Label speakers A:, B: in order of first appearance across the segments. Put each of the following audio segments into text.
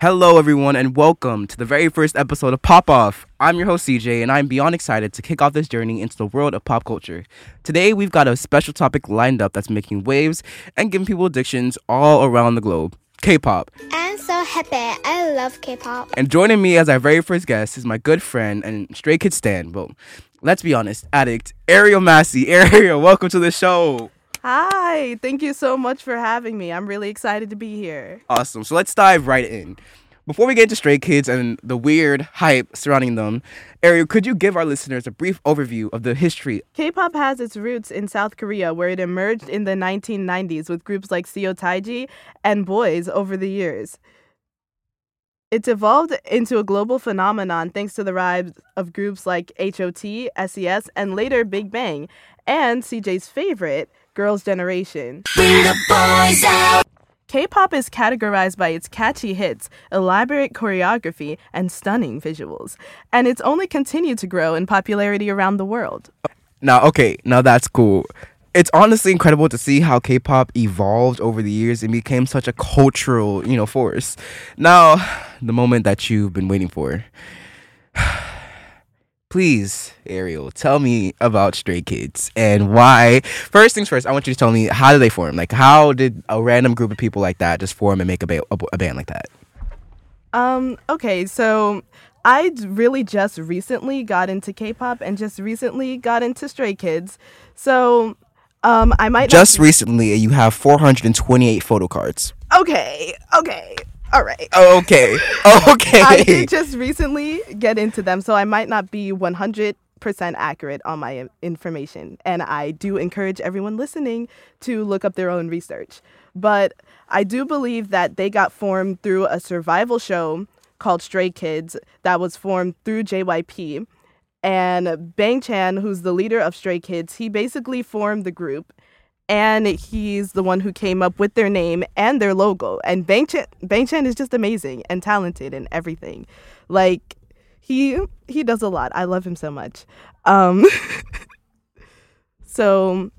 A: Hello, everyone, and welcome to the very first episode of Pop Off. I'm your host, CJ, and I'm beyond excited to kick off this journey into the world of pop culture. Today, we've got a special topic lined up that's making waves and giving people addictions all around the globe K pop.
B: I'm so happy. I love K-pop.
A: And joining me as our very first guest is my good friend and stray kid Stan. Well, let's be honest, addict Ariel Massey. Ariel, welcome to the show.
C: Hi, thank you so much for having me. I'm really excited to be here.
A: Awesome. So let's dive right in. Before we get into Stray Kids and the weird hype surrounding them, Ariel, could you give our listeners a brief overview of the history?
C: K pop has its roots in South Korea, where it emerged in the 1990s with groups like Seo Taiji and Boys over the years. It's evolved into a global phenomenon thanks to the rise of groups like HOT, SES, E and later Big Bang, and CJ's favorite, Girls' Generation. K pop is categorized by its catchy hits, elaborate choreography, and stunning visuals, and it's only continued to grow in popularity around the world.
A: Now, okay, now that's cool. It's honestly incredible to see how K-pop evolved over the years and became such a cultural, you know, force. Now, the moment that you've been waiting for. Please, Ariel, tell me about Stray Kids and why. First things first, I want you to tell me how did they form? Like, how did a random group of people like that just form and make a, ba- a, b- a band like that?
C: Um, okay, so I d- really just recently got into K pop and just recently got into Stray Kids. So, um, I might not
A: Just recently, you have 428 photo cards.
C: be- okay, okay, all right.
A: Okay,
C: I
A: okay.
C: did just recently get into them, so I might not be 100% accurate on my in- information. And I do encourage everyone listening to look up their own research. But I do believe that they got formed through a survival show called Stray Kids that was formed through JYP. And Bang Chan, who's the leader of Stray Kids, he basically formed the group and he's the one who came up with their name and their logo. And Bang Chan, Bang Chan is just amazing and talented and everything. Like he he does a lot. I love him so much. Um, so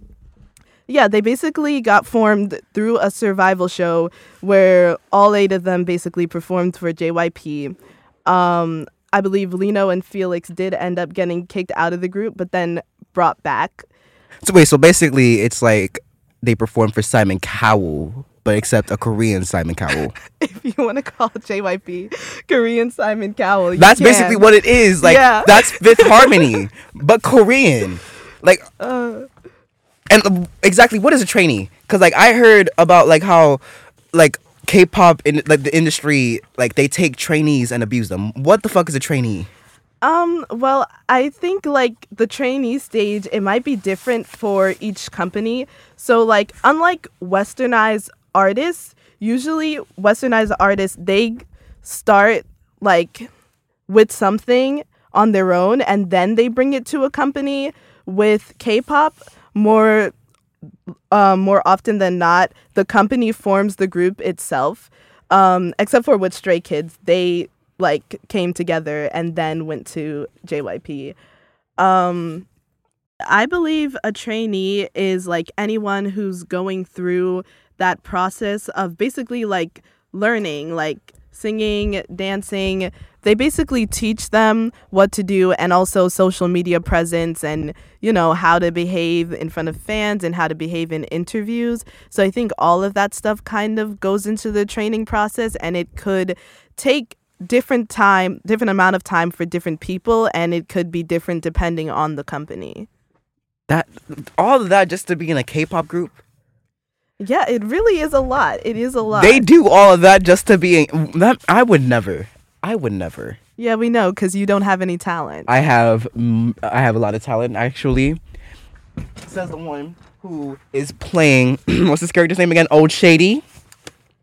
C: yeah, they basically got formed through a survival show where all eight of them basically performed for JYP. Um, I believe Lino and Felix did end up getting kicked out of the group, but then brought back.
A: So wait, so basically, it's like they perform for Simon Cowell, but except a Korean Simon Cowell.
C: if you want to call JYP Korean Simon Cowell. you
A: That's
C: can.
A: basically what it is. Like
C: Yeah.
A: that's Fifth Harmony, but Korean. Like, and uh, exactly what is a trainee? Because like I heard about like how like K-pop in like the industry like they take trainees and abuse them. What the fuck is a trainee?
C: Um, well, I think like the trainee stage, it might be different for each company. So, like, unlike westernized artists, usually westernized artists, they start like with something on their own and then they bring it to a company with K-pop more um, more often than not the company forms the group itself um, except for with stray kids they like came together and then went to JYP um, I believe a trainee is like anyone who's going through that process of basically like learning, like singing, dancing. They basically teach them what to do and also social media presence and, you know, how to behave in front of fans and how to behave in interviews. So I think all of that stuff kind of goes into the training process and it could take different time, different amount of time for different people and it could be different depending on the company.
A: That all of that just to be in a K-pop group.
C: Yeah, it really is a lot. It is a lot.
A: They do all of that just to be. In, that I would never. I would never.
C: yeah, we know because you don't have any talent.
A: I have mm, I have a lot of talent actually. Says the one who is playing what's this character's name again? Old Shady.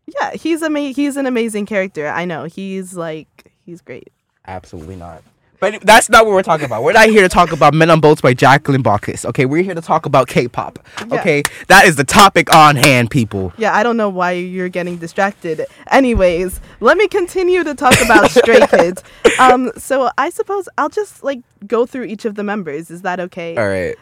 C: yeah, he's ama- He's an amazing character. I know. He's like he's great.
A: Absolutely not. But that's not what we're talking about. We're not here to talk about Men on Boats by Jacqueline Bacchus. Okay, we're here to talk about K-pop.
C: Yeah.
A: Okay, that is the topic on hand, people.
C: Yeah, I don't know why you're getting distracted. Anyways, let me continue to talk about Stray Kids. Um, so I suppose I'll just like go through each of the members. Is that okay?
A: All right.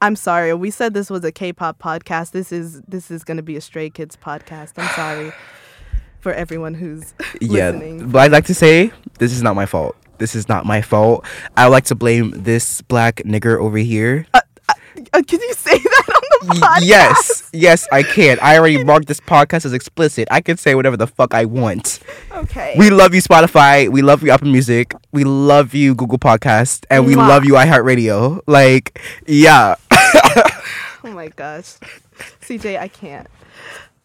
C: I'm sorry. We said this was a K-pop podcast. This is this is going to be a Stray Kids podcast. I'm sorry. for everyone who's
A: yeah
C: listening.
A: but i'd like to say this is not my fault this is not my fault i would like to blame this black nigger over here
C: Uh, can you say that on the
A: Y-
C: podcast?
A: yes yes i can i already marked this podcast as explicit i can say whatever the fuck i want
C: Okay.
A: we love you spotify we love you apple music we love you google podcast and we
C: Mwah.
A: love you iheartradio like yeah
C: oh my gosh. CJ, I can't.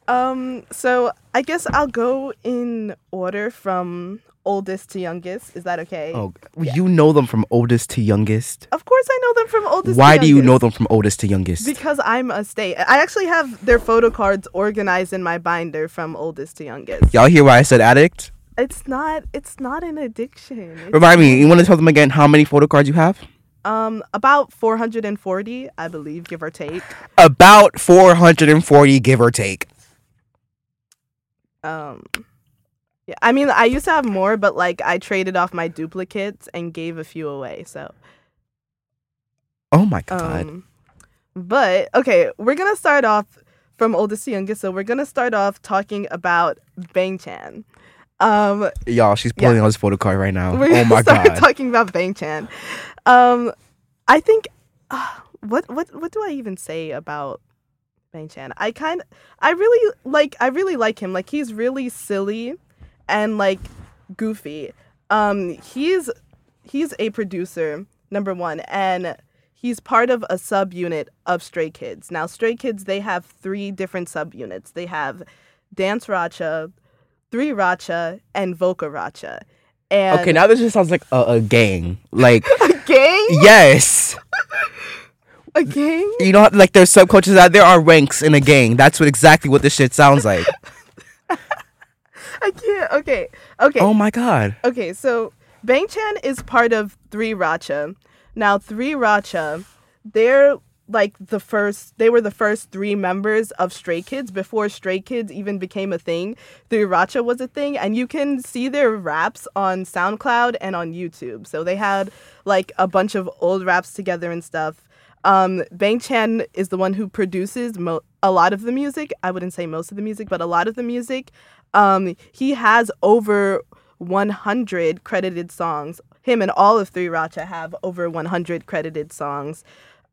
C: Um, so I guess I'll go in order from oldest to youngest. Is that okay?
A: oh you know them from oldest to youngest
C: Of course I know them from oldest to
A: why do you
C: youngest.
A: know them from oldest to youngest
C: Because I'm a state. I actually have their photo cards organized in my binder from oldest to youngest.
A: y'all hear why i said addict
C: It's not it's not an addiction. It's,
A: remind me you want to tell them again how many photo cards you have
C: um about 440, I believe, give or take.
A: about 440 give or take
C: Um yeah, I mean, I used to have more, but like I traded off my duplicates and gave a few away. So,
A: oh my god
C: um, but okay, we're gonna start off from oldest to youngest. So we're gonna start off talking about Bang Chan. Um,
A: y'all she's pulling out this photo card right now
C: We're
A: oh
C: gonna
A: my
C: start
A: god
C: talking about Bang Chan. Um, I think ah, what what what do I even say about Bang Chan? I kind I really like I really like him. Like he's really silly and like goofy. Um, he's he's a producer number one, and he's part of a subunit of Stray Kids. Now Stray Kids they have three different subunits. They have Dance Racha, Three Racha, and Voca Racha. And
A: okay now this just sounds like a, a gang like
C: a gang?
A: yes
C: A gang?
A: you know like there's subcultures out there are ranks in a gang that's what exactly what this shit sounds like
C: I can't. Okay. Okay.
A: oh my god
C: Okay. So Bang Chan is part of Three Racha. Now, Three Racha, they're like the first, they were the first three members of Stray Kids before Stray Kids even became a thing. Three Racha was a thing, and you can see their raps on SoundCloud and on YouTube. So they had like a bunch of old raps together and stuff. Um, Bang Chan is the one who produces mo- a lot of the music. I wouldn't say most of the music, but a lot of the music. Um, he has over 100 credited songs. Him and all of Three Racha have over 100 credited songs.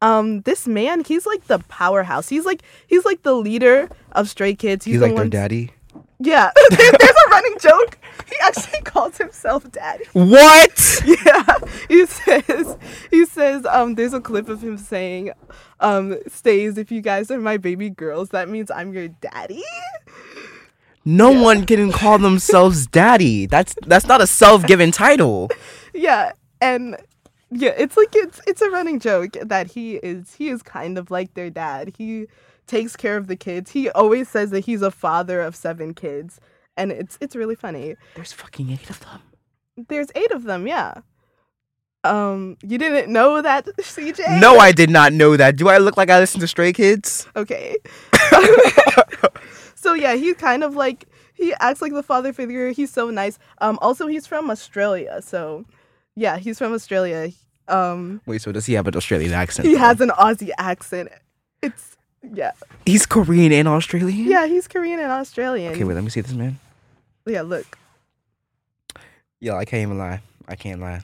C: Um, this man, he's like the powerhouse. He's like he's like the leader of Stray Kids.
A: he's
C: the
A: like their
C: one-
A: daddy
C: Yeah, There- there's a running joke. He actually calls himself daddy.
A: what
C: Yeah, he says he says um there's a clip of him saying um stays if you guys are my baby girls that means I'm your daddy.
A: no one can call themselves daddy that's that's not a self-given title
C: Yeah, and yeah, it's like it's it's a running joke that he is he is kind of like their dad. He takes care of the kids. He always says that he's a father of seven kids and it's it's really funny.
A: there's fucking eight of them
C: There's 8 of them, yeah. Um you didn't know that CJ?
A: no i did not know that do i look like i listen to stray kids
C: okay. so yeah, he's kind of like he acts like the father figure. He's so nice. Um, also he's from Australia, so yeah, he's from Australia. Um,
A: Wait, so does he have an Australian accent?
C: he has an Aussie accent. It's yeah,
A: He's Korean and Australian.
C: yeah. He's Korean and Australian.
A: Okay, wait. Let me see this man.
C: yeah, look.
A: Yo, I can't even lie. I can't lie.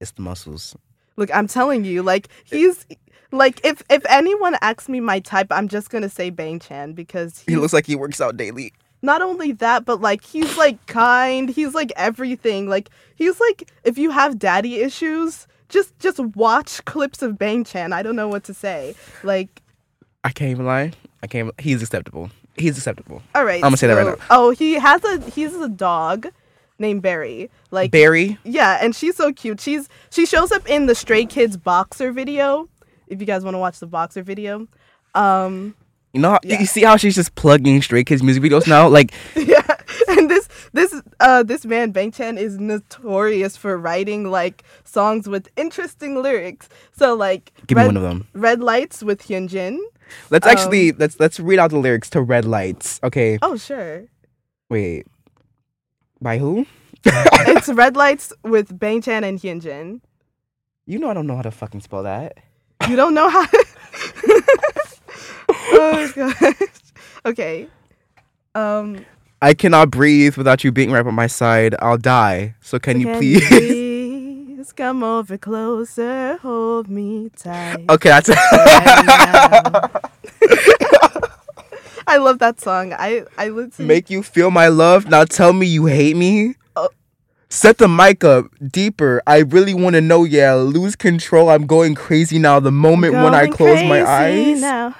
A: It's the muscles.
C: Look, I'm telling you, like he's like if if anyone asks me my type, I'm just gonna say Bang Chan because
A: He
C: he's
A: looks like he works out daily.
C: not only that, but like he's like kind, he's like everything. Like he's like if you have daddy issues, just just watch clips of Bang Chan. I don't know what to say. Like
A: I can't even lie. I can't. He's acceptable. He's acceptable.
C: all right.
A: I'ma say that right now.
C: Oh, he has a he's a dog named Barry. Like
A: Barry.
C: Yeah, and she's so cute. She's she shows up in the Stray Kids boxer video. If you guys want to watch the boxer video. Um
A: You know. how- You see how she's just plugging Stray Kids music videos now? Like,
C: yeah and this this uh this man bang chan is notorious for writing like songs with interesting lyrics so like
A: Give me one of them.
C: red Um, lights with hyunjin
A: let's actually let's let's read out the lyrics to Red Lights. Okay.
C: oh sure
A: Wait. By who?
C: it's red lights with bang chan and hyunjin
A: You know I don't know how to fucking spell that.
C: you don't know how oh gosh okay um
A: I cannot breathe without you being right by my side. I'll die. So can you
C: Can
A: please?
C: please come over closer, hold me tight.
A: okay, that's
C: right now. I love that song. I I literally
A: make you feel my love. Now tell me you hate me.
C: Oh.
A: Set the mic up deeper. I really want to know. Yeah, lose control. I'm going crazy now. The moment when I
C: Going
A: close my
C: crazy
A: eyes.
C: now.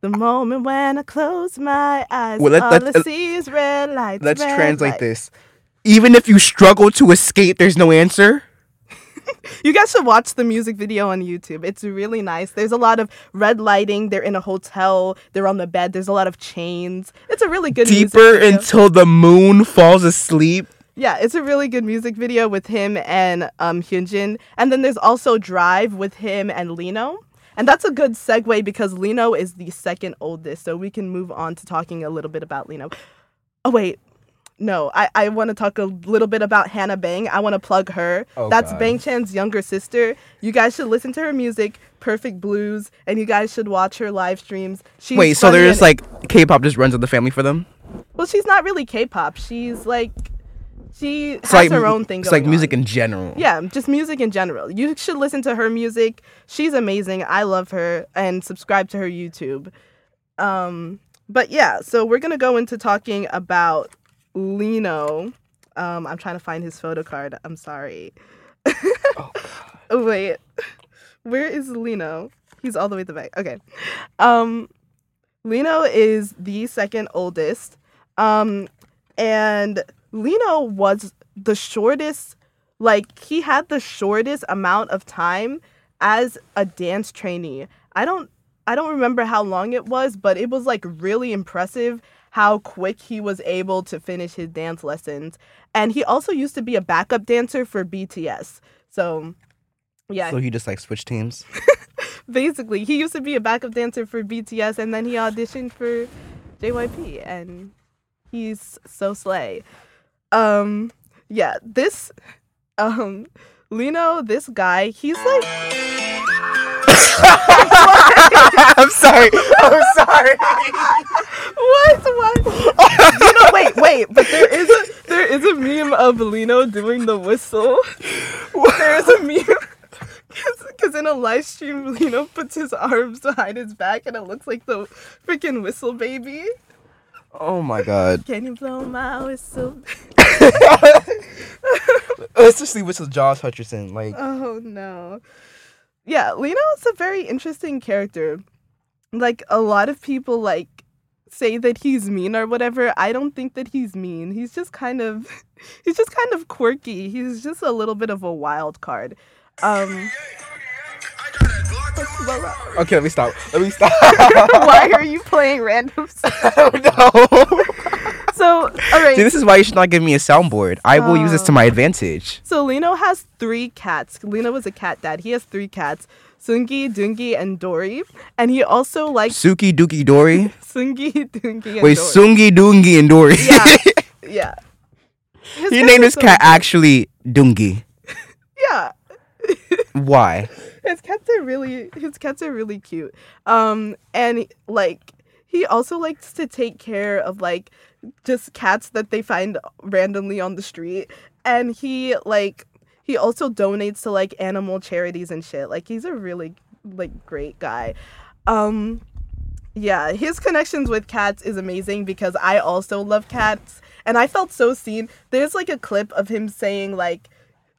C: The moment when I close my eyes,
A: Well, let-
C: all
A: let-
C: I
A: uh,
C: see is red lights.
A: Let's
C: red
A: translate
C: lights.
A: this. Even if you struggle to escape, there's no answer.
C: You guys should watch the music video on YouTube. It's really nice. There's a lot of red lighting. They're in a hotel. They're on the bed. There's a lot of chains. It's a really good music
A: Deeper
C: video.
A: until the moon falls asleep.
C: Yeah, it's a really good music video with him and um, Hyunjin. And then there's also Drive with him and Lino. And that's a good segue because Lino is the second oldest. So we can move on to talking a little bit about Lino. Oh, wait. No, I, I want to talk a little bit about Hannah Bang. I want to plug her.
A: Oh,
C: That's
A: God.
C: Bang Chan's younger sister. You guys should listen to her music, Perfect Blues, and you guys should watch her live streams. She's
A: Wait, so
C: funny
A: there's
C: and-
A: like K-pop just runs in the family for them.
C: Well, she's not really K pop. She's like. She has
A: It's like
C: her own thing
A: It's like
C: going
A: music
C: on.
A: in general.
C: yeah, just music in general. You should listen to her music. She's amazing. I love her and subscribe to her YouTube. Um, but yeah, so we're gonna go into talking about Lino. Um, I'm trying to find his photo card. I'm sorry. oh, wait, where is Lino? He's all the way at the back. Okay. Um, Lino is the second oldest. Um, and Lino was the shortest like he had the shortest amount of time as a dance trainee. I don't I don't remember how long it was, but it was like really impressive how quick he was able to finish his dance lessons. And he also used to be a backup dancer for BTS. So yeah,
A: So he just like switched teams.
C: basically he used to be a backup dancer for BTS and then he auditioned for JYP and he's so slay. Um yeah, this um Lino, this guy, he's like
A: I'm sorry. I'm sorry.
C: what what you know wait, wait, but there is a there is a meme of Lino doing the whistle. There is a meme because in a live stream Lino puts his arms behind his back and it looks like the freaking whistle baby.
A: Oh my god.
C: Can you blow my whistle?
A: Especially with Josh Hutcherson, like
C: Oh no. Yeah, Lino is a very interesting character. Like a lot of people like say that he's mean or whatever. I don't think that he's mean. He's just kind of he's just kind of quirky. He's just a little bit of a wild card. Um
A: Okay, let me stop. Let me stop.
C: why are you playing random songs?
A: no.
C: So, all right.
A: See, this is why you should not give me a soundboard. I will use this to
C: Oh.
A: my advantage.
C: So Lino has three cats. Lino was a cat dad. He has three cats. Sungi, Dungi, and Dory. And he also likes
A: Suki Dookie Dory.
C: Sungi, Dungi, and
A: Wait,
C: Dory.
A: Sungi Doongi and Dory.
C: Yeah. yeah. His
A: he
C: cats
A: named
C: are
A: his
C: so-
A: cat actually Doongi.
C: Yeah.
A: Why?
C: His cats are really his cats are really cute. Um and like he also likes to take care of like just cats that they find randomly on the street and he like he also donates to like animal charities and shit. Like he's a really like great guy. Um Yeah, his connections with cats is amazing because I also love cats and I felt so seen. There's like a clip of him saying like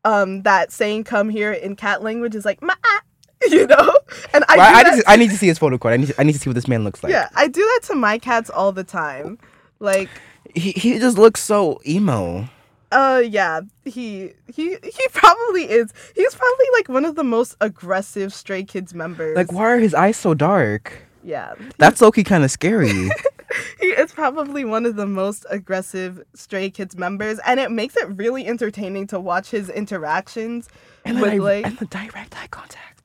C: um that saying come here in cat language is like ma you know? And I,
A: Why- I,
C: do that,
A: just, I need to see his photo card. I need, to, I need to see what this man looks like.
C: Yeah, I do that to my cats all the time. Like
A: He, he just looks so emo.
C: uh yeah, he he he probably is. He's probably like one of the most aggressive stray kids members.
A: Like, why are his eyes so dark?
C: yeah.
A: That's Loki kind of scary.
C: He is probably one of the most aggressive Stray Kids members, and it makes it really entertaining to watch his interactions
A: and,
C: with
A: like,
C: like,
A: and the direct eye contact.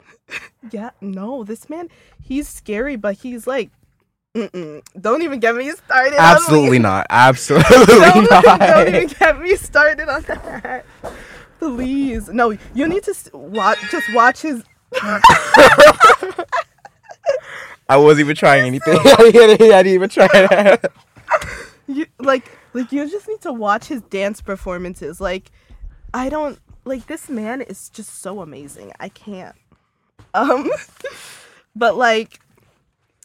C: yeah, no, this man, he's scary, but he's like, Mm-mm, don't even get me started. on
A: Absolutely
C: Lino.
A: not. Absolutely
C: Don't,
A: not.
C: don't even get me started on that. Please, no, you need to s- watch. Just watch his.
A: I wasn't even trying anything. I didn't even try.
C: You, like Like you just need to watch his dance performances. Like I don't like this man is just so amazing. I can't. Um but like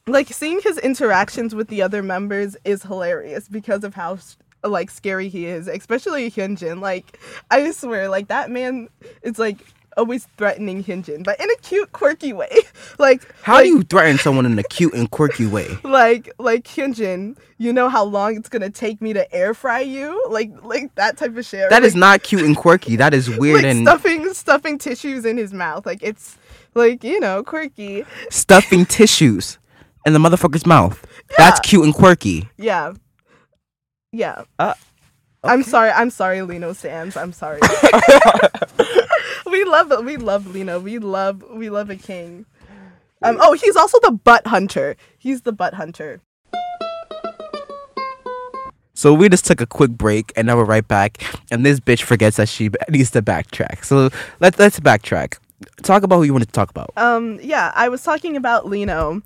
C: like seeing his interactions with the other members is hilarious because of how like scary he is, especially Hyunjin. Like I swear, like that man is like always threatening Hyunjin, but in a cute, quirky way. like
A: How
C: like,
A: do you threaten someone in a cute and quirky way?
C: like like Hyunjin? You know how long it's gonna take me to air fry you? Like like that type of shit.
A: That
C: Like-
A: is not cute and quirky. That is weird
C: like
A: and
C: stuffing stuffing tissues in his mouth. Like it's like you know quirky.
A: stuffing tissues in the motherfucker's mouth. That's cute and quirky.
C: Yeah, yeah.
A: Uh,
C: I'm sorry. I'm sorry, Lino Sands. I'm sorry. we love we love Lino. We love we love a king. Um. Oh, he's also the butt hunter. He's the butt hunter.
A: So we just took a quick break and now we're right back. And this bitch forgets that she b- needs to backtrack. So let's let's backtrack. Talk about who you want to talk about.
C: Um. Yeah. I was talking about Lino.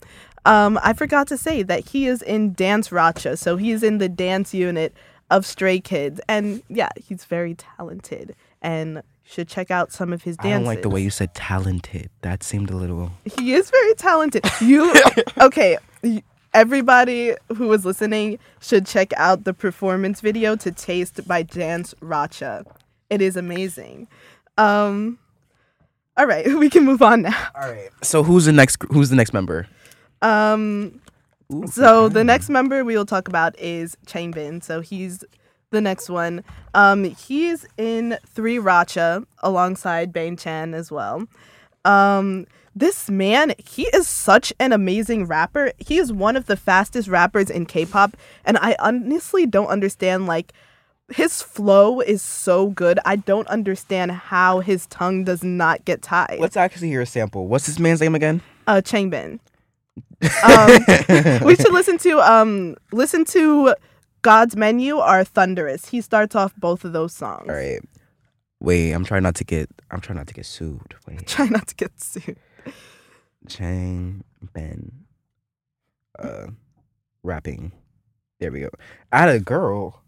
C: Um. I forgot to say that he is in Dance Racha, so he's in the dance unit of Stray Kids, and yeah, he's very talented and should check out some of his
A: I
C: dances.
A: don't like the way you said talented. That seemed a little.
C: He is very talented. You okay? y- Everybody who was listening should check out the performance video to "Taste" by Dance Racha. It is amazing. Um, all right, we can move on now.
A: All right. So who's the next? gr- Who's the next member?
C: Um,
A: Ooh,
C: so the next member we will talk about is Chainbin. So he's the next one. Um, he's in Three Racha alongside Bane Chan as well. Um, this man, he is such an amazing rapper. He is one of the fastest rappers in K-pop, and I honestly don't understand like his flow is so good. I don't understand how his tongue does not get tied.
A: Let's actually hear a sample. What's this man's name again?
C: uh Changbin. Um, we should listen to um listen to God's Menu or Thunderous. He starts off both of those songs.
A: All right. Wait, I'm trying not to get. I'm trying not to get sued. Wait.
C: Try not to get sued.
A: Chang Ben uh rapping. There we go. I had a girl.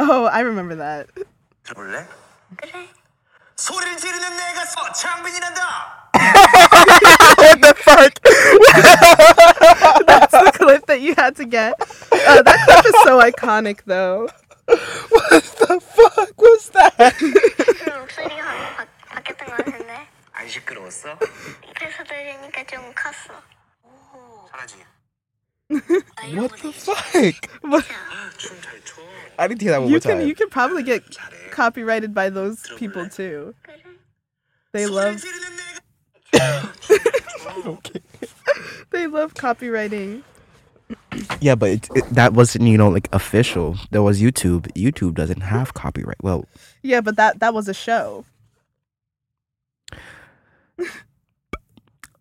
C: Oh, I remember that.
D: 볼래? 그래. 소리를 지르는 내 가서 장빈이란다.
A: what the fuck?
C: That's the clip that you had to get. Uh, that clip is so iconic, though.
A: The fuck was that?
E: 목소리가 안 바, 바뀌었던 것 같은데
D: 안 시끄러웠어?
E: 그래서 들으니까 좀 컸어
D: 잘하지.
A: What the fuck?
D: 춤 잘 춰.
A: I need to hear that one
C: You
A: more
C: can
A: time.
C: you can probably get copyrighted by those people too. They love
D: 지르는 내가
C: they love copywriting.
A: yeah, but it, it, that wasn't you know like official. There was YouTube. YouTube doesn't have copyright. Well,
C: Yeah, but that that was a show.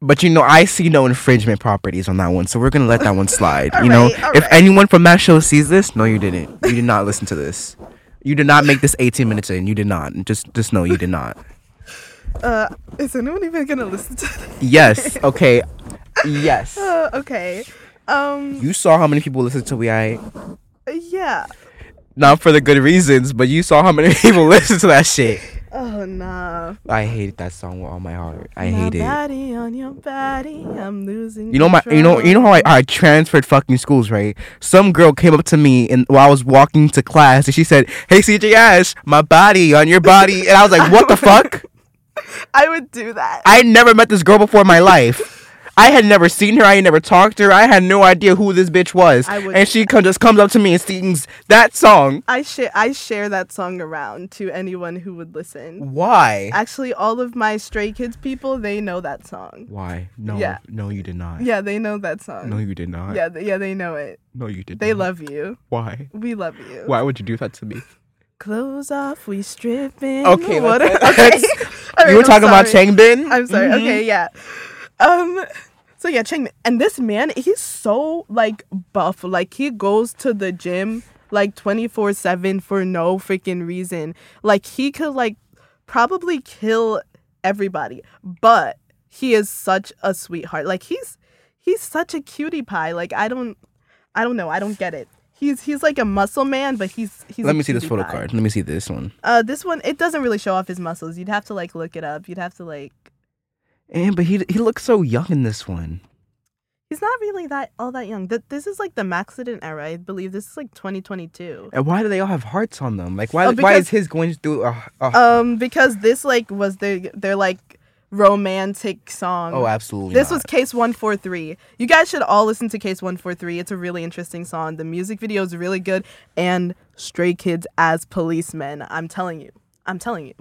A: but you know I see no infringement properties on that one, so we're gonna let that one slide. you know,
C: Alright,
A: if
C: alright.
A: anyone from that show sees this, no, you didn't. You did not listen to this. You did not make this 18 minutes in. You did not. Just just know you did not.
C: Uh, is anyone even gonna listen to this?
A: Yes. Okay. Yes.
C: Uh, okay. Um.
A: You saw how many people listened to We I
C: Yeah.
A: not for the good reasons, but you saw how many people listened to that shit.
C: Oh nah.
A: I hated that song with all my heart. I
C: My
A: hate it.
C: body on your body. I'm losing.
A: You know my you know you know how I, I transferred fucking schools, right? Some girl came up to me and while I was walking to class and she said, Hey CJ Ash, my body on your body and I was like, What the fuck?
C: control. I would do that.
A: I had never met this girl before in my life. I had never seen her. I had never talked to her. I had no idea who this bitch was.
C: I would-
A: And she come, just comes up to me and sings that song.
C: I share I share that song around to anyone who would listen.
A: Why?
C: Actually, all of my stray kids people they know that song.
A: Why? No.
C: Yeah.
A: No, you did not.
C: Yeah, they know that song.
A: No, you did not.
C: yeah, th- yeah, they know it.
A: No, you did
C: They
A: not.
C: love you.
A: Why?
C: We love you.
A: Why would you do that to me?
C: Clothes off, we stripping.
A: Okay,
C: What?
A: let's-
C: a- okay. All right,
A: you were
C: I'm
A: talking about
C: sorry.
A: Changbin? Mm-hmm.
C: I'm sorry. Okay, yeah. Um. So yeah, Cheng, and this man, he's so like buff. Like he goes to the gym like twenty four seven for no freaking reason. Like he could like probably kill everybody, but he is such a sweetheart. Like he's he's such a cutie pie. Like I don't I don't know. I don't get it. He's he's like a muscle man, but he's he's.
A: Let
C: a
A: me see this
C: cutie
A: photo
C: pie.
A: card. Let me see this one.
C: Uh, this one it doesn't really show off his muscles. You'd have to like look it up. You'd have to like.
A: And but he he looks so young in this one.
C: He's not really that all that young. Th- this is like the Maxident era, I believe. This is like 2022.
A: And why do they all have hearts on them? Like why
C: Oh,
A: why
C: because-
A: is his going through a, a
C: Um, because this like was their their like romantic song.
A: Oh, absolutely.
C: This was
A: not.
C: Case 143. You guys should all listen to Case 143. It's a really interesting song. The music video is really good. And Stray Kids as Policemen. I'm telling you. I'm telling you.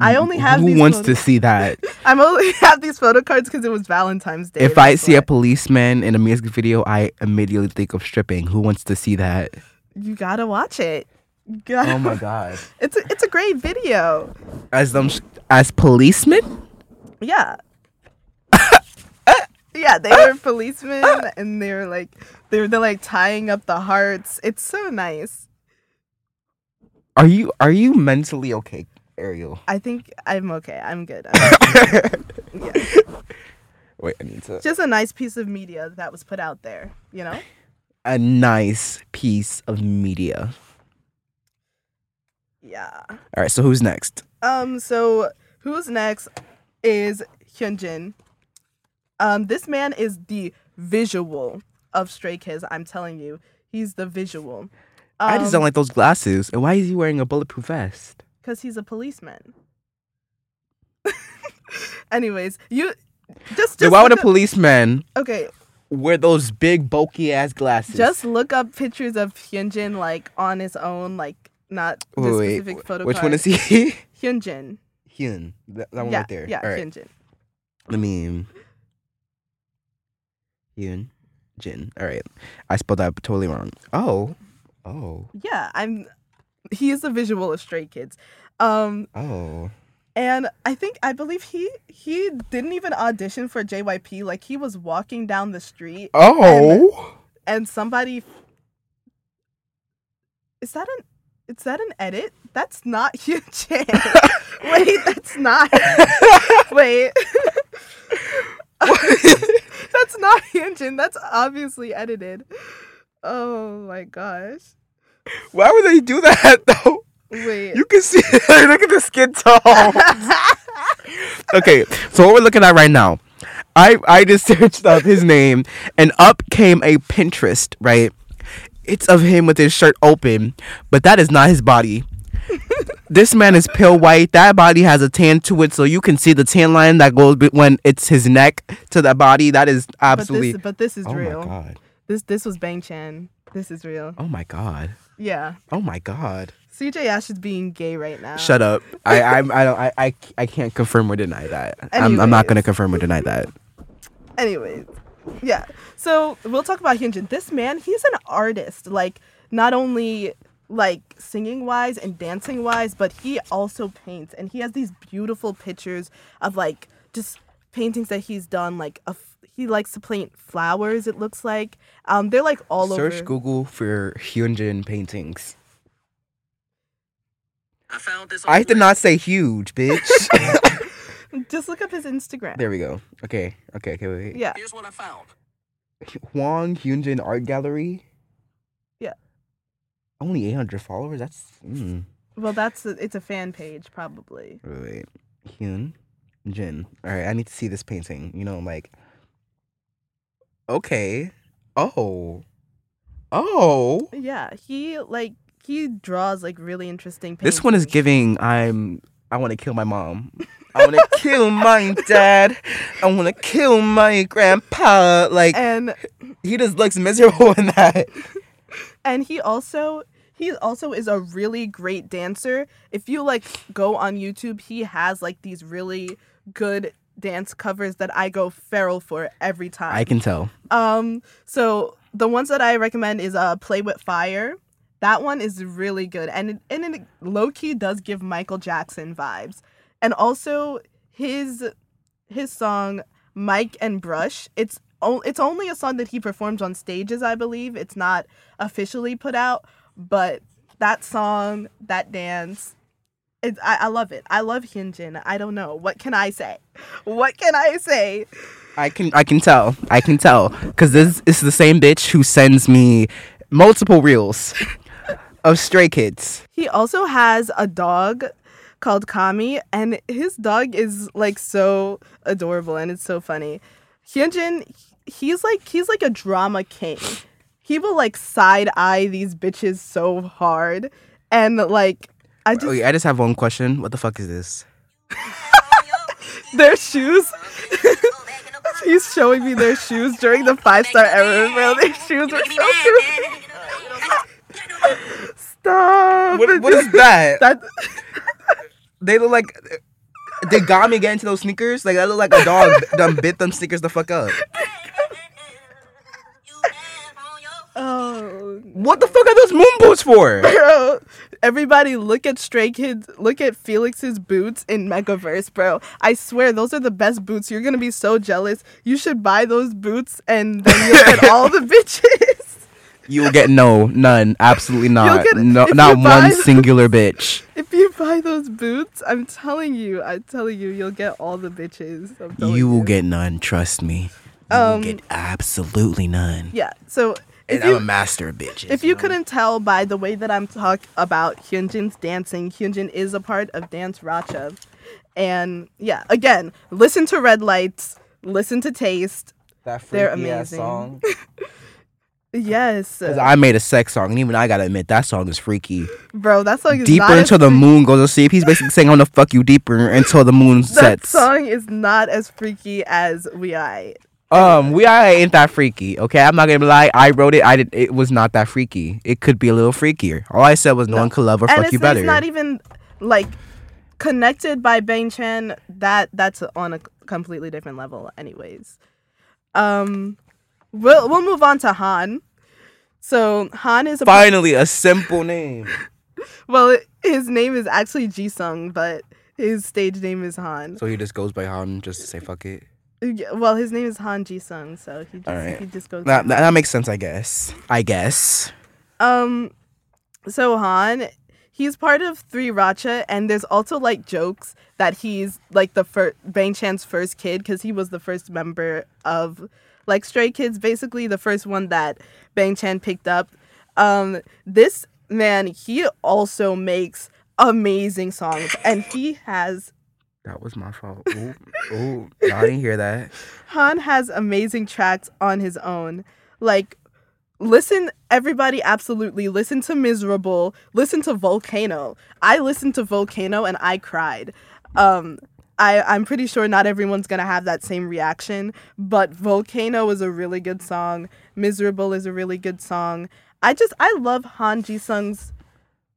C: I only have
A: Who
C: these
A: wants
C: photo-
A: to see that?
C: I'm only have these photo cards because it was Valentine's Day.
A: if I
C: that's
A: see a
C: why.
A: policeman in a music video, I immediately think of stripping. Who wants to see that?
C: you gotta watch it. You gotta-
A: Oh my god.
C: It's a, it's a great video.
A: As them as policemen?
C: Yeah. yeah, they were policemen and they were like they're they're like tying up the hearts. It's so nice.
A: Are you are you mentally okay, Ariel?
C: I think I'm okay. I'm good. I'm good. yeah.
A: Wait, I need to
C: Just a nice piece of media that was put out there, you know?
A: a nice piece of media.
C: Yeah.
A: All right, so who's next?
C: Um, so who's next is Hyunjin. Um, this man is the visual of Stray Kids, I'm telling you. He's the visual. Um,
A: I just don't like those glasses. And why is he wearing a bulletproof vest?
C: because he's a policeman. Anyways, you just,
A: So
C: just
A: why would a
C: look up-
A: policeman
C: okay.
A: wear those big bulky ass glasses?
C: Just look up pictures of Hyunjin like on his own, like not the
A: Wait, wait,
C: specific
A: wh-
C: photo.
A: Which
C: card.
A: one is he?
C: Hyunjin.
A: Hyun. That, that one
C: yeah,
A: right there.
C: Yeah,
A: All right.
C: Hyunjin.
A: I mean, Hyun, Jin. All right, I spelled that totally wrong. Oh, oh,
C: Yeah, I'm. He is the visual of Stray Kids. Um,
A: oh.
C: and I think I believe he he didn't even audition for JYP. Like he was walking down the street
A: Oh,
C: and somebody is that an is that an edit? That's not Hyunjin. Wait, that's not. Wait. that's not Hyunjin. That's obviously edited. Oh my gosh.
A: why would they do that though?
C: Wait.
A: You can see. look at the skin tone. okay, so what we're looking at right now, I I just searched up his name, and up came a Pinterest. Right, it's of him with his shirt open, but that is not his body. this man is pale white. That body has a tan to it, so you can see the tan line that goes be- when it's his neck to the body. That is
C: but
A: absolutely.
C: this but this is
A: oh my
C: real.
A: god!
C: This this was Bang Chan. This is real.
A: Oh my god!
C: Yeah.
A: Oh my god!
C: CJ Ash is being gay right now.
A: Shut up! I I'm, I don't I, I I can't confirm or deny that. I'm, I'm not
C: Anyways.
A: gonna confirm or deny that.
C: Anyways, yeah. So we'll talk about Hyunjin. This man, he's an artist. Like not only like singing wise and dancing wise, but he also paints, and he has these beautiful pictures of like just paintings that he's done. Like a f- he likes to paint flowers. It looks like um they're like all
A: Search
C: over.
A: Google for Hyunjin paintings.
D: I found this.
A: I did not say huge, bitch.
C: Just look up his Instagram.
A: there we go. Okay, okay, okay, wait.
C: Yeah.
D: Here's what I found.
A: Huang Hyunjin Art Gallery.
C: Yeah.
A: Only 800 followers? That's. Mm.
C: Well, that's a, it's a fan page probably.
A: Wait, wait. Hyunjin. Alright, I need to see this painting. You know, like. Okay. Oh. Oh.
C: Yeah. He like he draws like really interesting. Paintings.
A: This one is giving I'm I want to kill my mom. I want to kill my dad. I want to kill my grandpa. Like
C: and
A: he just looks miserable in that.
C: and he also he also is a really great dancer if you like go on youtube he has like these really good dance covers that i go feral for every time
A: I can tell.
C: um so the ones that i recommend is uh play with fire that one is really good and it, and it low-key does give michael jackson vibes and also his his song Mike and Brush. It's o- it's only a song that he performs on stages, I believe. It's not officially put out, but that song, that dance, it's, I, I love it. I love Hyunjin. I don't know. What can I say? What can I say?
A: I can I can tell. I can tell cuz this is the same bitch who sends me multiple reels of stray kids.
C: He also has a dog called Kami, and his dog is like so adorable and it's so funny. Hyunjin, he's like he's like a drama king. He will like side eye these bitches so hard, and like I just
A: Wait, Oh, I just have one question. What the fuck is this?
C: their shoes. He's showing me their shoes during the five star era. Bro, their shoes were so cute. Stop.
A: What, what is that?
C: that?
A: They look like. Did Gami get into those sneakers? Like, that look like a dog done bit them sneakers the fuck up.
C: Oh
A: What the fuck are those moon boots for?
C: bro. Everybody, look at Stray Kids. Look at Felix's boots in Megaverse, bro. I swear, those are the best boots. You're gonna be so jealous. You should buy those boots, and then you'll get all the bitches.
A: You'll get no, none, absolutely not.
C: get-
A: no,
C: if you
A: not
C: buy
A: one
C: those-
A: singular bitch.
C: If you buy those boots, I'm telling you, I'm telling you, you'll get all the bitches. I'm telling
A: You will get none, trust me. You will get absolutely none.
C: Yeah. So
A: And
C: Um, if you
A: I'm a master of bitches.
C: if you
A: know?
C: couldn't tell by the way that I'm talk about Hyunjin's dancing, Hyunjin is a part of Dance Racha. And yeah, again, listen to Red Lights, listen to Taste.
A: that
C: they're
A: freaky ass
C: amazing. Yes.
A: 'Cause I made a sex song, and even I gotta admit that song is freaky.
C: Bro, that song is
A: Deeper
C: not
A: until
C: as,
A: the moon goes to sleep. He's basically saying, "I'm gonna fuck you deeper until the moon
C: that
A: sets."
C: song is not as freaky as We I.
A: Um, we I ain't that freaky. Okay, I'm not gonna lie. I wrote it. I did. It was not that freaky. It could be a little freakier. All I said was, "No, one could love or
C: And
A: fuck
C: it's,
A: you better."
C: it's not even like connected by Bang Chan. That that's on a completely different level, anyways. Um, we'll we'll move on to Han. So Han is a
A: Finally, a simple name.
C: well, his name is actually Jisung, but his stage name is Han.
A: So he just goes by Han just to say fuck it.
C: Yeah, Well, his name is Han Jisung, so he just
A: Alright.
C: he just goes.
A: That,
C: by
A: that, that makes sense, I guess. I guess.
C: Um, so Han, he's part of Three Racha, and there's also like jokes that he's like the first Bang Chan's first kid because he was the first member of like Stray Kids, basically the first one that Bang Chan picked up. Um, this man, he also makes amazing songs, and he has
A: That was my fault. Ooh, ooh, I didn't hear that.
C: Han has amazing tracks on his own. Like, listen, everybody, absolutely. Listen to Miserable. Listen to Volcano. I listened to Volcano and I cried. Um, I, I'm pretty sure not everyone's going to have that same reaction, but Volcano is a really good song. Miserable is a really good song. I just, I love Han Ji Sung's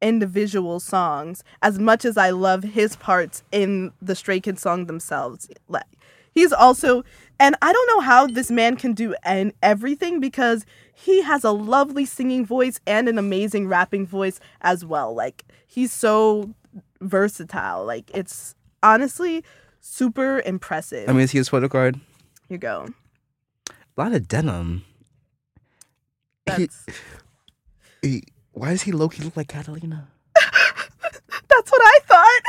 C: individual songs as much as I love his parts in the Stray Kids song themselves. Like he's also and I don't know how this man can do and everything because he has a lovely singing voice and an amazing rapping voice as well. Like he's so versatile. Like it's honestly super impressive.
A: I mean, is he a sweater card?
C: you go.
A: A lot of denim. He,
C: That's,
A: he- why does he low key look like Catalina?
C: that's what I thought.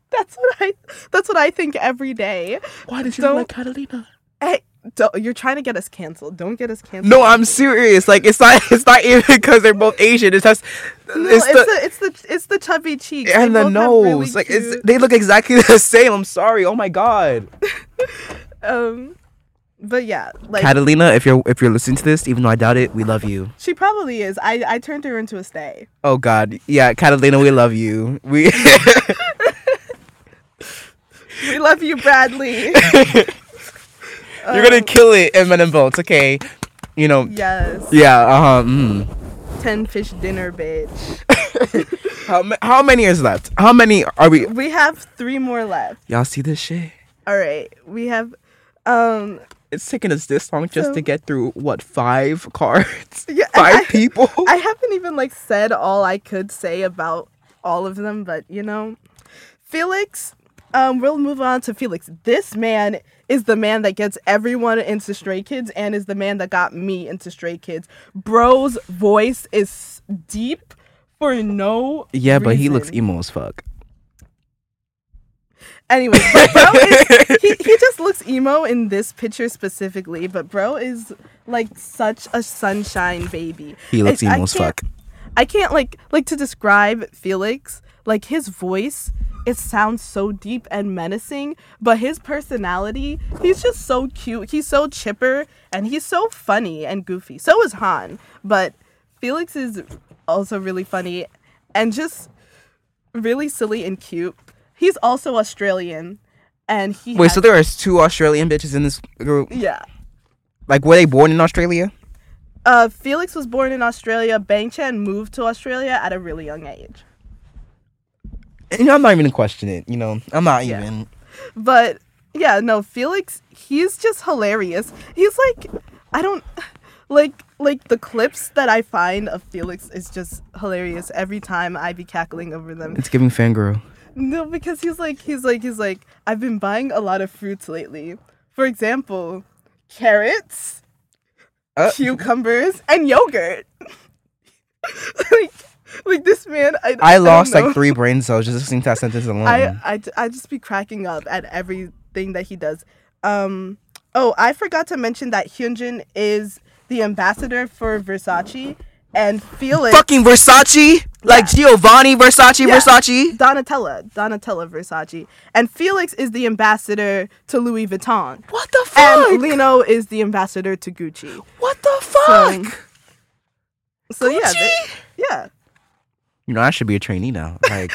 C: that's what I that's what I think every day.
A: Why does he
C: Don't-
A: look like Catalina?
C: Hey, don't, you're trying to get us canceled. Don't get us canceled.
A: No, I'm serious. Like it's not. It's not even because they're both Asian. It's just.
C: No,
A: it's, the.
C: it's, the, it's the it's the chubby cheeks
A: and
C: They
A: the
C: both have really
A: nose, like it's,
C: cute-
A: they look exactly the same. I'm sorry. Oh my god,
C: um, but yeah, like
A: Catalina, if you're if you're listening to this, even though I doubt it, we love you.
C: she probably is. I I turned her into a stay.
A: Oh God, yeah, Catalina, we love you. We
C: We love you, Bradley.
A: you're gonna kill it in Men and Boats, okay? You know,
C: yes,
A: yeah. Uh huh. Mm.
C: ten fish dinner, bitch.
A: How ma- how many is left? How many are we?
C: We have three more left.
A: Y'all see this shit?
C: All right, we have um
A: It's taking us this long just
C: So-
A: to get through what five cards?
C: Yeah, and
A: five
C: I-
A: people.
C: I haven't even like said all I could say about all of them, but you know, Felix. Um, we'll move on to Felix. This man is the man that gets everyone into Stray Kids, and is the man that got me into Stray Kids. Bro's voice is deep for no.
A: yeah, but he looks
C: reason.
A: emo as fuck.
C: Anyway, but bro is he, he just looks emo in this picture specifically, but bro is like such a sunshine baby.
A: He looks
C: I- I
A: emo as
C: can't-
A: fuck.
C: I can't like like to describe Felix, like his voice, it sounds so deep and menacing, but his personality, he's just so cute. He's so chipper and he's so funny and goofy. So is Han, but Felix is also really funny and just really silly and cute. He's also Australian and he
A: Wait,
C: has-
A: so there are two Australian bitches in this group.
C: yeah.
A: Like, were they born in Australia?
C: Uh, Felix was born in Australia. Bang Chan moved to Australia at a really young age.
A: You know, I'm not even gonna question it. You know, I'm not
C: Yeah.
A: even.
C: But yeah, no, Felix, he's just hilarious. He's like I don't like like the clips that I find of Felix is just hilarious every time I be cackling over them.
A: It's giving fangirl.
C: No, because he's like he's like he's like I've been buying a lot of fruits lately. For example, carrots,
A: Uh.
C: cucumbers, and yogurt. like like this man I
A: I
C: don't
A: lost like
C: know.
A: three brain cells just listening to that sentence alone.
C: I, I, I just be cracking up at everything that he does. Um, oh, I forgot to mention that Hyunjin is the ambassador for Versace and Felix
A: Fucking Versace, like Giovanni Versace,
C: Yeah.
A: Versace.
C: Donatella, Donatella Versace, and Felix is the ambassador to Louis Vuitton,
A: What the
C: and Lino is the ambassador to Gucci.
A: what the
C: So- So yeah, they- yeah.
A: you know, I should be a trainee now. Like,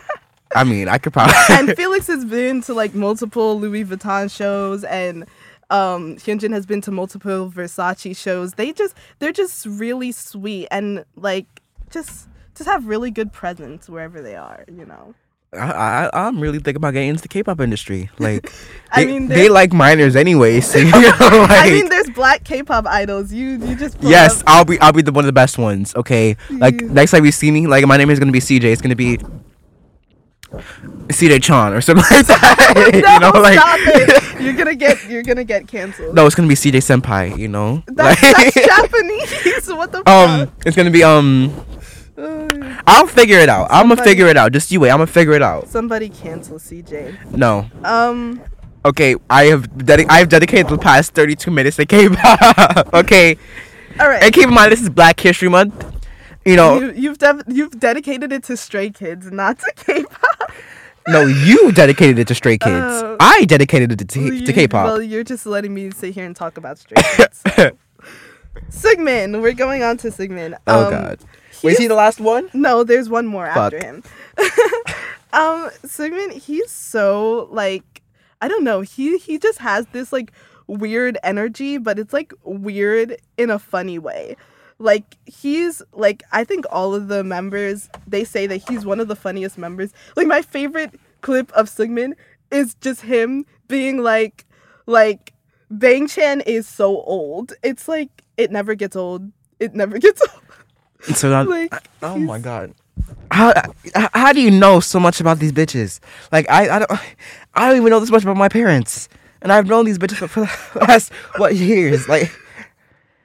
A: I mean, I could probably.
C: and Felix has been to like multiple Louis Vuitton shows and um Hyunjin has been to multiple Versace shows. They just they're just really sweet and like just just have really good presence wherever they are, you know.
A: I, I, I'm really thinking about getting into the K-pop industry. Like,
C: I
A: they,
C: mean,
A: they
C: there's-
A: like minors anyway. So you know, like,
C: I mean there's black K-pop idols. You you just pull
A: yes,
C: up-
A: I'll be I'll be the one of the best ones. Okay, like next time you see me, like my name is gonna be CJ. It's gonna be CJ Chan or something like that.
C: No,
A: you know, like
C: stop it. You're going to get you're going to get canceled.
A: no, it's gonna be CJ Senpai. You know,
C: That's,
A: Like,
C: that's Japanese. What the
A: um, it's gonna be um.
C: fuck? Uh,
A: I'll figure it out. I'm gonna
C: Somebody-
A: figure it out. Just you wait. I'm gonna figure it out.
C: Somebody cancel CJ.
A: No.
C: Um
A: Okay, I have dedi- I have dedicated the past 32 minutes to K-pop. okay,
C: all right.
A: and keep in mind this is Black History Month. You know,
C: You, you've def- you've dedicated it to stray kids, not to K-pop.
A: no, you dedicated it to Stray Kids.
C: Oh.
A: I dedicated it to, t-
C: You-
A: to K-pop.
C: Well, you're just letting me sit here and talk about stray kids. so. Sigmund, we're going on to Sigmund.
A: oh
C: Um,
A: God, wait, is he
C: he's-
A: the last one?
C: No, there's one more
A: Fuck.
C: after him. um, Sigmund, he's so like I don't know. He he just has this like weird energy, but it's like weird in a funny way. Like he's like I think all of the members they say that he's one of the funniest members. Like my favorite clip of Sigmund is just him being like like Bang Chan is so old. It's like it never gets old. It never gets old.
A: So now,
C: Like,
A: oh
C: he's-
A: my God, how h- how do you know so much about these bitches? Like I I don't I don't even know this much about my parents, and I've known these bitches for, for the last what years? Like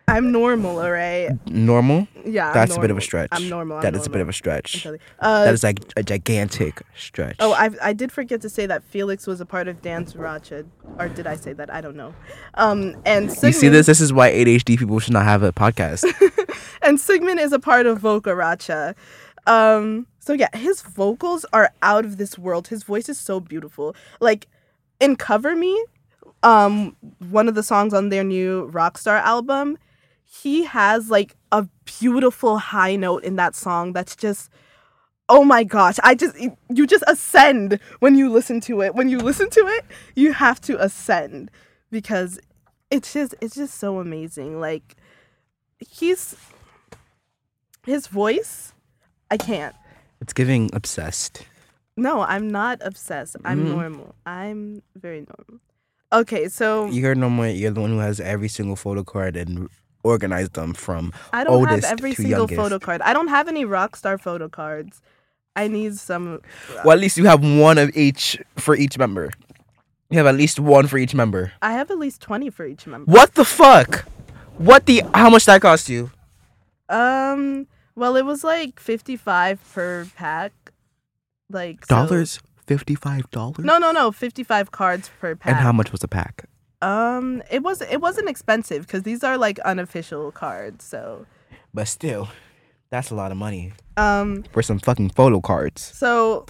C: I'm normal, alright.
A: normal.
C: Yeah, I'm
A: That's a bit of
C: normal.
A: a stretch.
C: I'm normal. I'm
A: That is a bit of
C: normal.
A: a stretch.
C: Totally. Uh,
A: that is like a gigantic stretch.
C: Oh, I, I did forget to say that Felix was a part of Dance Racha, or did I say that? I don't know. Um, and Sigmund,
A: you see this? This is why ADHD people should not have a podcast.
C: and Sigmund is a part of Voca Racha. Um, so yeah, his vocals are out of this world. His voice is so beautiful. Like in Cover Me, um, one of the songs on their new Rockstar album, he has like a beautiful high note in that song that's just oh my gosh i just you just ascend when you listen to it when you listen to it you have to ascend because it's just it's just so amazing like he's his voice i can't
A: it's giving obsessed.
C: no i'm not obsessed i'm
A: Mm-hmm.
C: normal i'm very normal okay so
A: You're normal. You're the one who has every single photo card and organized them from
C: i don't have
A: oldest
C: every
A: to
C: single
A: youngest.
C: photo card i don't have any rock star photo cards i need some
A: Well, at least you have one of each for each member. You have at least one for each member.
C: i have at least 20 for each member
A: What the fuck? What the? How much that cost you?
C: Um. Well, it was like fifty-five per pack. Like so-
A: Dollars fifty-five dollars.
C: No, no, no. Fifty-five cards per pack.
A: And how much was the pack?
C: Um, it was it wasn't expensive because these are like unofficial cards. So,
A: But still, that's a lot of money
C: um,
A: for some fucking photo cards.
C: so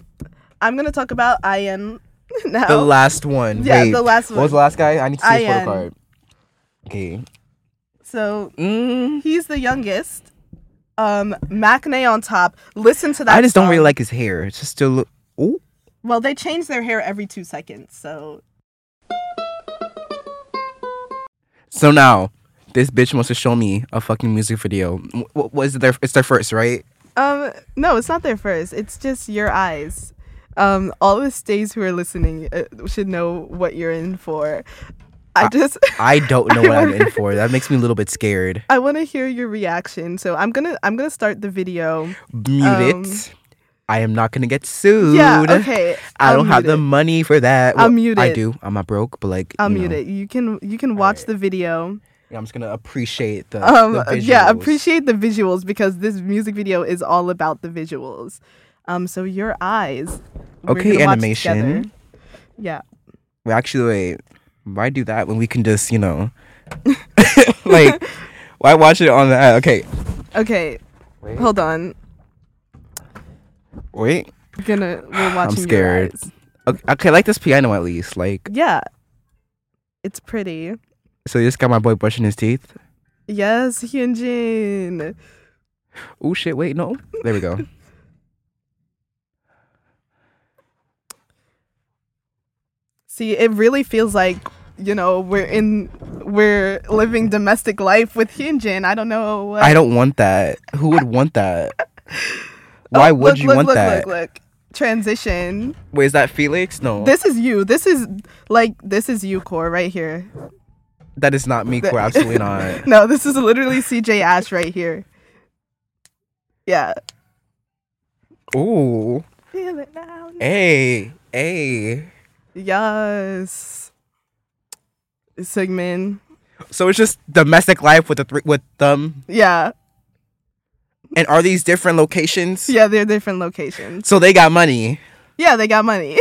C: I'm gonna talk about Ian now.
A: The last one.
C: Oh. Yeah,
A: Wait,
C: the last
A: What was the
C: one.
A: last guy? I need to see his
C: Ian.
A: photo card. Okay.
C: so he's the youngest. Um, Macne on top. Listen to that.
A: I just don't really
C: song.
A: like his hair. It's just still. Ooh.
C: Well, they change their hair every two seconds. So
A: So now, this bitch wants to show me a fucking music video. What was it their? It's their first, right?
C: Um, no, it's not their first. It's just your eyes. Um, all the stays who are listening uh, should know what you're in for.
A: Ah.
C: I just,
A: I don't know what I'm in for. That makes me a little bit scared.
C: I want to hear your reaction. So I'm gonna, I'm gonna start the video.
A: Mute it. I am not gonna get sued.
C: Um, Yeah. Okay.
A: I
C: I'll
A: don't have
C: mute
A: the
C: it.
A: money for that.
C: I'll mute
A: I
C: it.
A: do. I'm not broke, but like
C: I'll
A: you
C: mute
A: know,
C: it. You can, you can watch the video.
A: I'm just gonna appreciate the,
C: Um,
A: the
C: yeah,
A: visuals.
C: appreciate the visuals because this music video is all about the visuals. Um, so your eyes. we're
A: Okay,
C: gonna watch
A: animation.
C: together. Yeah.
A: Well, actually, wait. Why do that when we can just you know, like, why watch it on the app? Okay,
C: Okay.
A: Wait.
C: Hold on.
A: wait.
C: Gonna. We're watching. your
A: scared.
C: eyes.
A: Okay, okay, I like this piano at least. Like,
C: Yeah. It's pretty.
A: so you just got my boy brushing his teeth.
C: Yes, Hyunjin.
A: Oh shit! Wait, no. There we go.
C: See, it really feels like, you know, we're in we're living domestic life with Hyunjin. I don't know what
A: I don't want that. Who would want that? Why would
C: Oh, look,
A: you
C: look,
A: want
C: look,
A: that?
C: Look, look. Transition.
A: Wait, is that Felix? No,
C: This is you. This is like this is you core right here.
A: that is not me. Core, absolutely not.
C: No, this is literally CJ Ash right here. Yeah.
A: Ooh,
C: Feel it now.
A: hey, hey.
C: Yes. Sigmund.
A: So it's just domestic life with the three with them.
C: Yeah.
A: And are these different locations?
C: Yeah, they're different locations.
A: So they got money.
C: Yeah, they got money.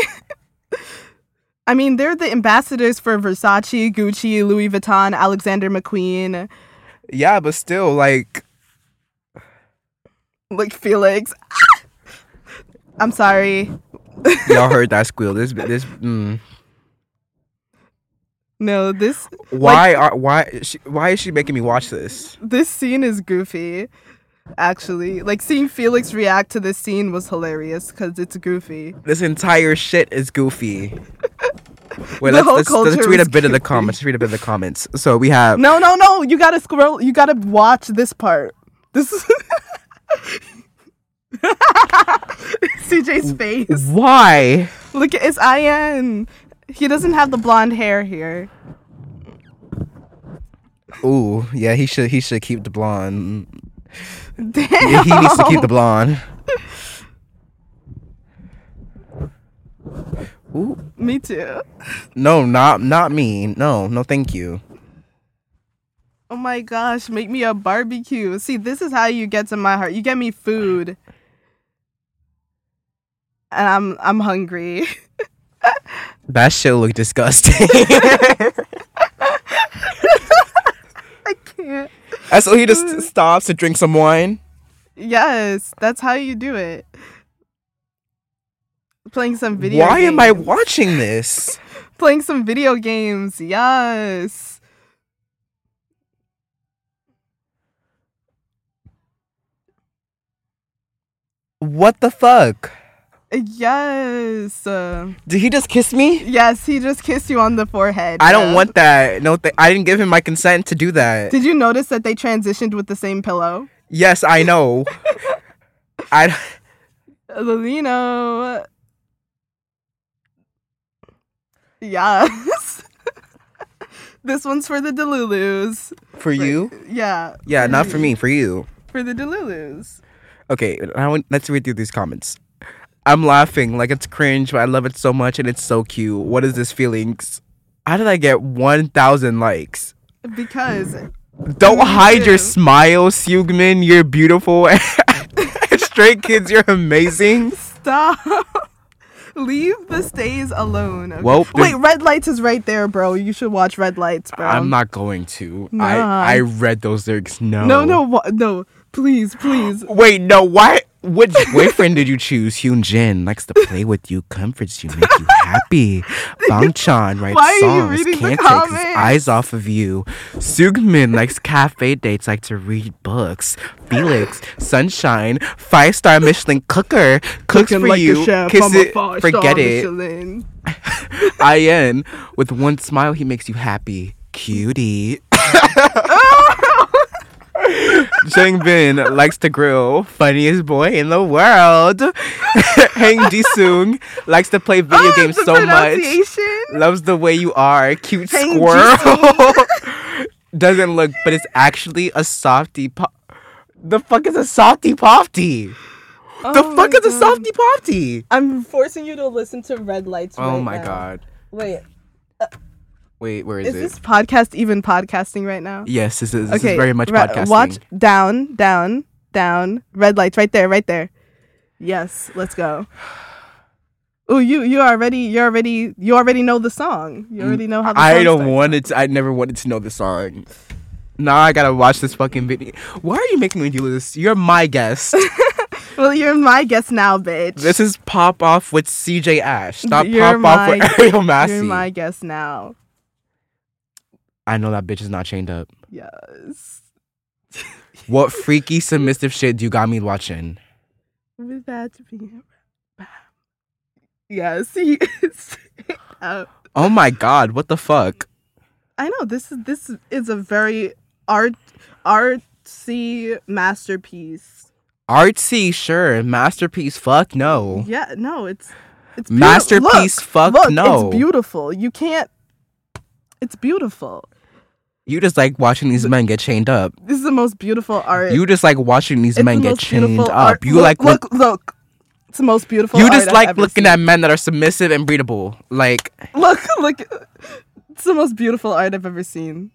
C: I mean, they're the ambassadors for Versace, Gucci, Louis Vuitton, Alexander McQueen,
A: Yeah, but still, like,
C: like Felix. Ah! I'm sorry.
A: y'all heard that squeal. This, this. Mm.
C: No, this
A: Why are why she, why is she making me watch this?
C: this scene is goofy. Actually, like seeing Felix react to this scene was hilarious because it's goofy.
A: This entire shit is goofy. Wait,
C: The
A: let's,
C: whole
A: let's,
C: culture
A: let's read a
C: is
A: bit of the comments. Read a bit of the comments. So we have
C: No, no, no! You gotta scroll. You gotta watch this part. This is CJ's face.
A: why
C: Look at it's Ian. He doesn't have the blonde hair here.
A: Ooh, yeah, he should he should keep the blonde.
C: Damn.
A: Yeah, he needs to keep the blonde. Ooh,
C: Me too.
A: no, not not me. No, no, thank you.
C: Oh my gosh, make me a barbecue. See, this is how you get to my heart. You get me food. And I'm I'm hungry.
A: That shit look disgusting.
C: I can't.
A: And so he just stops to drink some wine.
C: Yes, that's how you do it. Playing some video
A: Why am I
C: games.
A: watching this?
C: playing some video games? Yes.
A: What the fuck?
C: Yes. Uh,
A: Did he just kiss me?
C: yes, he just kissed you on the forehead.
A: I don't
C: yeah.
A: want that. No, th- I didn't give him my consent to do that.
C: Did you notice that they transitioned with the same pillow?
A: yes, I know. I
C: Lolino. Yes. this one's for the Delulus.
A: for you?
C: Yeah.
A: Yeah, not for me. For you.
C: For the Delulus.
A: Okay, I want, let's read through these comments. I'm laughing like it's cringe, but I love it so much and it's so cute. What is this feelings? How did I get 1,000 likes?
C: Because
A: Don't
C: Me
A: hide your
C: too.
A: smile, Sugman. You're beautiful. Straight kids, you're amazing.
C: stop. Leave the stays alone. okay?
A: Well,
C: wait,
A: there's-
C: red lights is right there, bro. You should watch red lights, bro.
A: I'm not going to.
C: Nah.
A: I I read those lyrics. No.
C: No, no, wa- no. Please, please.
A: Wait, no. Why? Which boyfriend did you choose? Hyun Jin likes to play with you, comforts you, makes you happy. Bang Chan writes
C: Why are you
A: songs,
C: reading the
A: can't take his
C: comments?
A: eyes off of you. Sugmin likes cafe dates, like to read books. Felix, sunshine, five star Michelin cooker, cooks
C: Looking
A: for
C: like a
A: you,
C: chef,
A: kiss
C: I'm a
A: it,
C: five-star
A: forget it.
C: Michelin.
A: In with one smile, he makes you happy. Cutie. Jingbin likes to grill. Funniest boy in the world. Hang Jisung likes to play video
C: Ah,
A: games
C: the
A: so much.
C: pronunciation.
A: Loves the way you are. Cute
C: Hang
A: squirrel. Doesn't look, but it's actually a softy pop. The fuck is a softy pofty? The
C: Oh
A: fuck
C: my
A: is a softy pofty?
C: I'm forcing you to listen to red lights.
A: Oh
C: right
A: my
C: now.
A: god.
C: Wait,
A: Wait, where is,
C: is
A: it?
C: this podcast even podcasting right now?
A: Yes, this is, this
C: okay,
A: is very much
C: re-
A: podcasting.
C: Watch down, down, down. Red lights, right there, right there. Yes, let's go. Oh, you you already you already you already know the song. You already know how. The
A: I
C: song
A: don't
C: starts.
A: want it. To, I never wanted to know the song. Now I gotta watch this fucking video. Why are you making me do this? You're my guest.
C: Well, you're my guest now, bitch.
A: this is pop off with CJ Ash. Stop
C: You're
A: pop off
C: my-
A: with Ariel
C: You're
A: Massey.
C: my guest now.
A: I know that bitch is not chained up.
C: Yes.
A: What freaky submissive shit do you got me watching?
C: With that being. Yes. he is. Uh,
A: Oh my god, what the fuck?
C: I know this is this is a very art artsy masterpiece.
A: Artsy, sure. Masterpiece, fuck no.
C: Yeah, no, it's it's beauti-
A: Masterpiece,
C: Look,
A: fuck
C: look,
A: no.
C: It's beautiful. You can't. It's beautiful.
A: You just like watching these men get chained up.
C: This is the most beautiful art.
A: You just like watching these
C: it's
A: men
C: the
A: get
C: most
A: chained
C: beautiful
A: up.
C: art.
A: You
C: look,
A: like
C: look, look. It's the most beautiful.
A: You
C: art
A: just
C: I've
A: like
C: ever
A: looking
C: seen.
A: at men that are submissive and breedable. Like,
C: Look, look. It's the most beautiful art I've ever seen.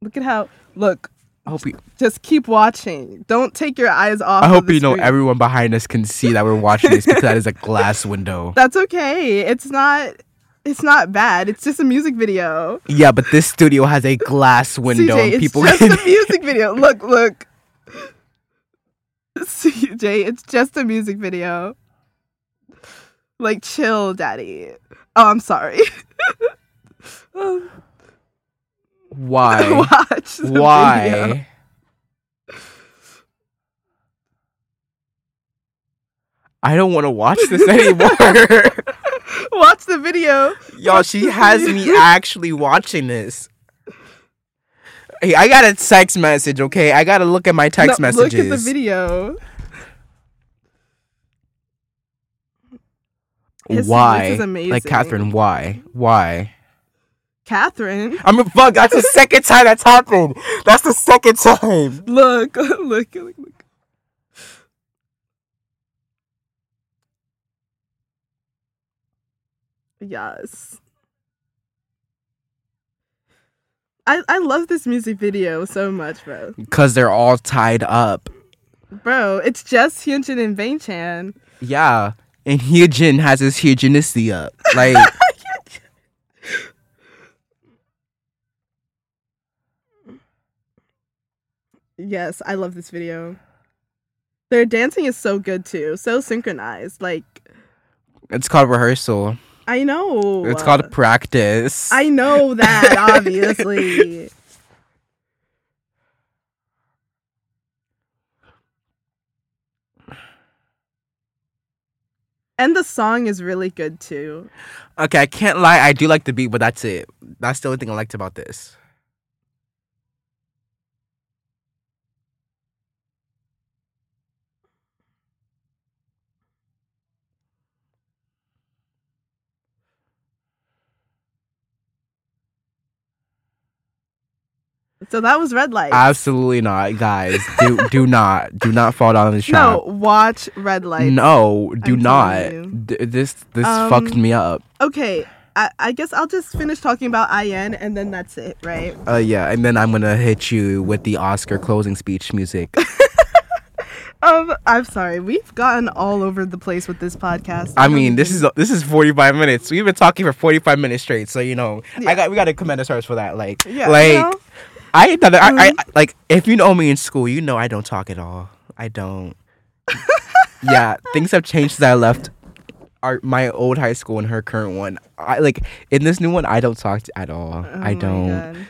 C: Look at how. Look,
A: I hope you,
C: just keep watching. Don't take your eyes off.
A: I
C: of
A: hope
C: the
A: you know
C: screen.
A: everyone behind us can see that we're watching this because that is a glass window.
C: That's okay. It's not. It's not bad. It's just a music video.
A: Yeah, but this studio has a glass window.
C: CJ,
A: and
C: it's
A: people
C: just
A: can,
C: a music video. Look, look. CJ, it's just a music video. Like, chill, daddy. Oh, I'm sorry. Um,
A: why?
C: Watch. the video.
A: Why? I don't want to watch this anymore.
C: Watch the video.
A: Y'all, she has me actually watching this. Hey, I got a text message, okay? I got to look at my text
C: No,
A: messages.
C: Look at the video. His
A: why?
C: voice is
A: Like
C: amazing.
A: Catherine, why? Why?
C: Catherine,
A: I mean, fuck. That's the second time that's happened. That's the second time.
C: look, look, look, look. Yes. I, I love this music video so much, bro.
A: Cause they're all tied up.
C: Bro, it's just Hyunjin and Bang Chan.
A: Yeah, and Hyejin has his Hyejinicity up. Like,
C: Yes, I love this video. Their dancing is so good too, so synchronized. Like
A: it's called rehearsal.
C: I know.
A: It's called practice.
C: I know that obviously. and the song is really good too.
A: okay, I can't lie. I do like the beat, but that's it. That's the only thing I liked about this.
C: So that was Red Light.
A: Absolutely not, guys. Do do not do not fall down the
C: no,
A: trap.
C: watch Red Light.
A: no, do
C: I'm telling
A: not.
C: you.
A: D- this this
C: Um,
A: fucked me up.
C: Okay, I, I guess I'll just finish talking about IN and then that's it, right?
A: Uh, yeah, and then I'm gonna hit you with the Oscar closing speech music.
C: Um, I'm sorry. We've gotten all over the place with this podcast.
A: I mean, this is this is 45 minutes. We've been talking for 45 minutes straight, so you know, I got we got to commend ourselves for that. Like,
C: Yeah, you
A: like
C: know? Mm-hmm.
A: I, thought that I, I like if you know me in school, you know I don't talk at all. I don't. yeah, things have changed since I left our my old high school and her current one. I like in this new one, I don't talk at all.
C: Oh
A: I don't.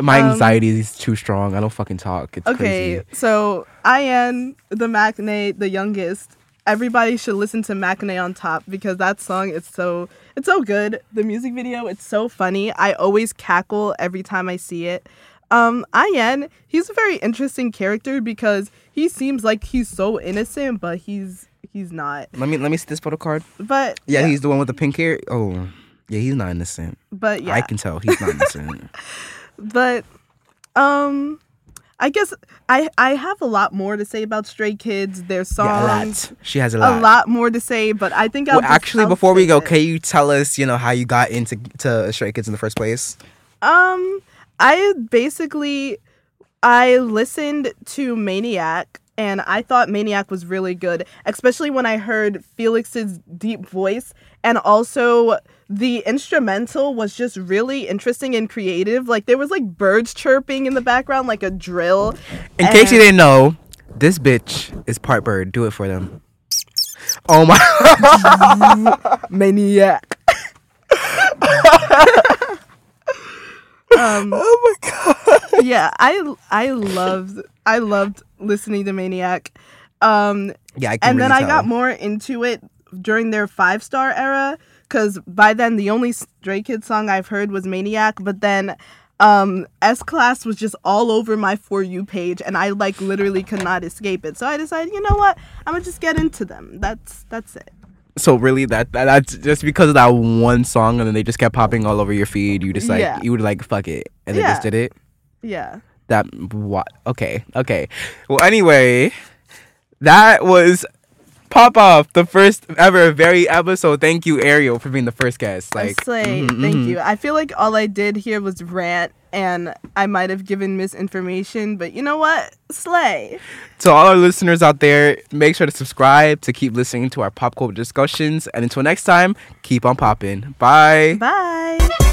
A: My, anxiety is too strong. I don't fucking talk. It's
C: Um, Okay,
A: crazy.
C: so Ian, the Mackney, the youngest. Everybody should listen to Mackney on top because that song is so it's so good. The music video, it's so funny. I always cackle every time I see it. Um, Ian, he's a very interesting character because he seems like he's so innocent, but he's he's not.
A: Let me let me see this photo card.
C: But
A: Yeah, he's the one with the pink hair. Oh, yeah, he's not innocent.
C: but yeah,
A: I can tell he's not innocent.
C: but um i guess i i have a lot more to say about stray kids their
A: Yeah, a
C: songs
A: lot. She has a lot.
C: a lot, more to say but i think i'll
A: Well,
C: just-
A: actually,
C: I'll
A: before we
C: save
A: go,
C: it.
A: can you tell us, you know, how you got into to Stray Kids in the first place?
C: um i basically i listened to maniac and i thought maniac was really good especially when i heard felix's deep voice and also the instrumental was just really interesting and creative like there was like birds chirping in the background like a drill
A: In case you didn't know, this bitch is part bird. Do it for them. Oh my!
C: maniac. um,
A: oh my god!
C: yeah, I I loved I loved listening to Maniac, um,
A: Yeah, I can
C: and then
A: really
C: I got
A: tell.
C: more into it during their five star era because by then the only Stray Kids song I've heard was Maniac, but then. Um, S class was just all over my for you page, and I like literally could not escape it. So I decided, you know what, I'm gonna just get into them. That's that's it.
A: So really, that, that that's just because of that one song, and then they just kept popping all over your feed. You just like
C: Yeah.
A: you would like fuck it, and they just
C: Yeah.
A: did it.
C: Yeah.
A: That what? Okay, okay. Well, anyway, that was pop off the first ever very episode. Thank you, Ariel, for being the first guest. Like,
C: Slay, thank you. I feel like all I did here was rant and I might have given misinformation, but you know what? Slay.
A: to all our listeners out there, make sure to subscribe to keep listening to our pop culture discussions. And until next time, keep on popping. Bye.
C: Bye.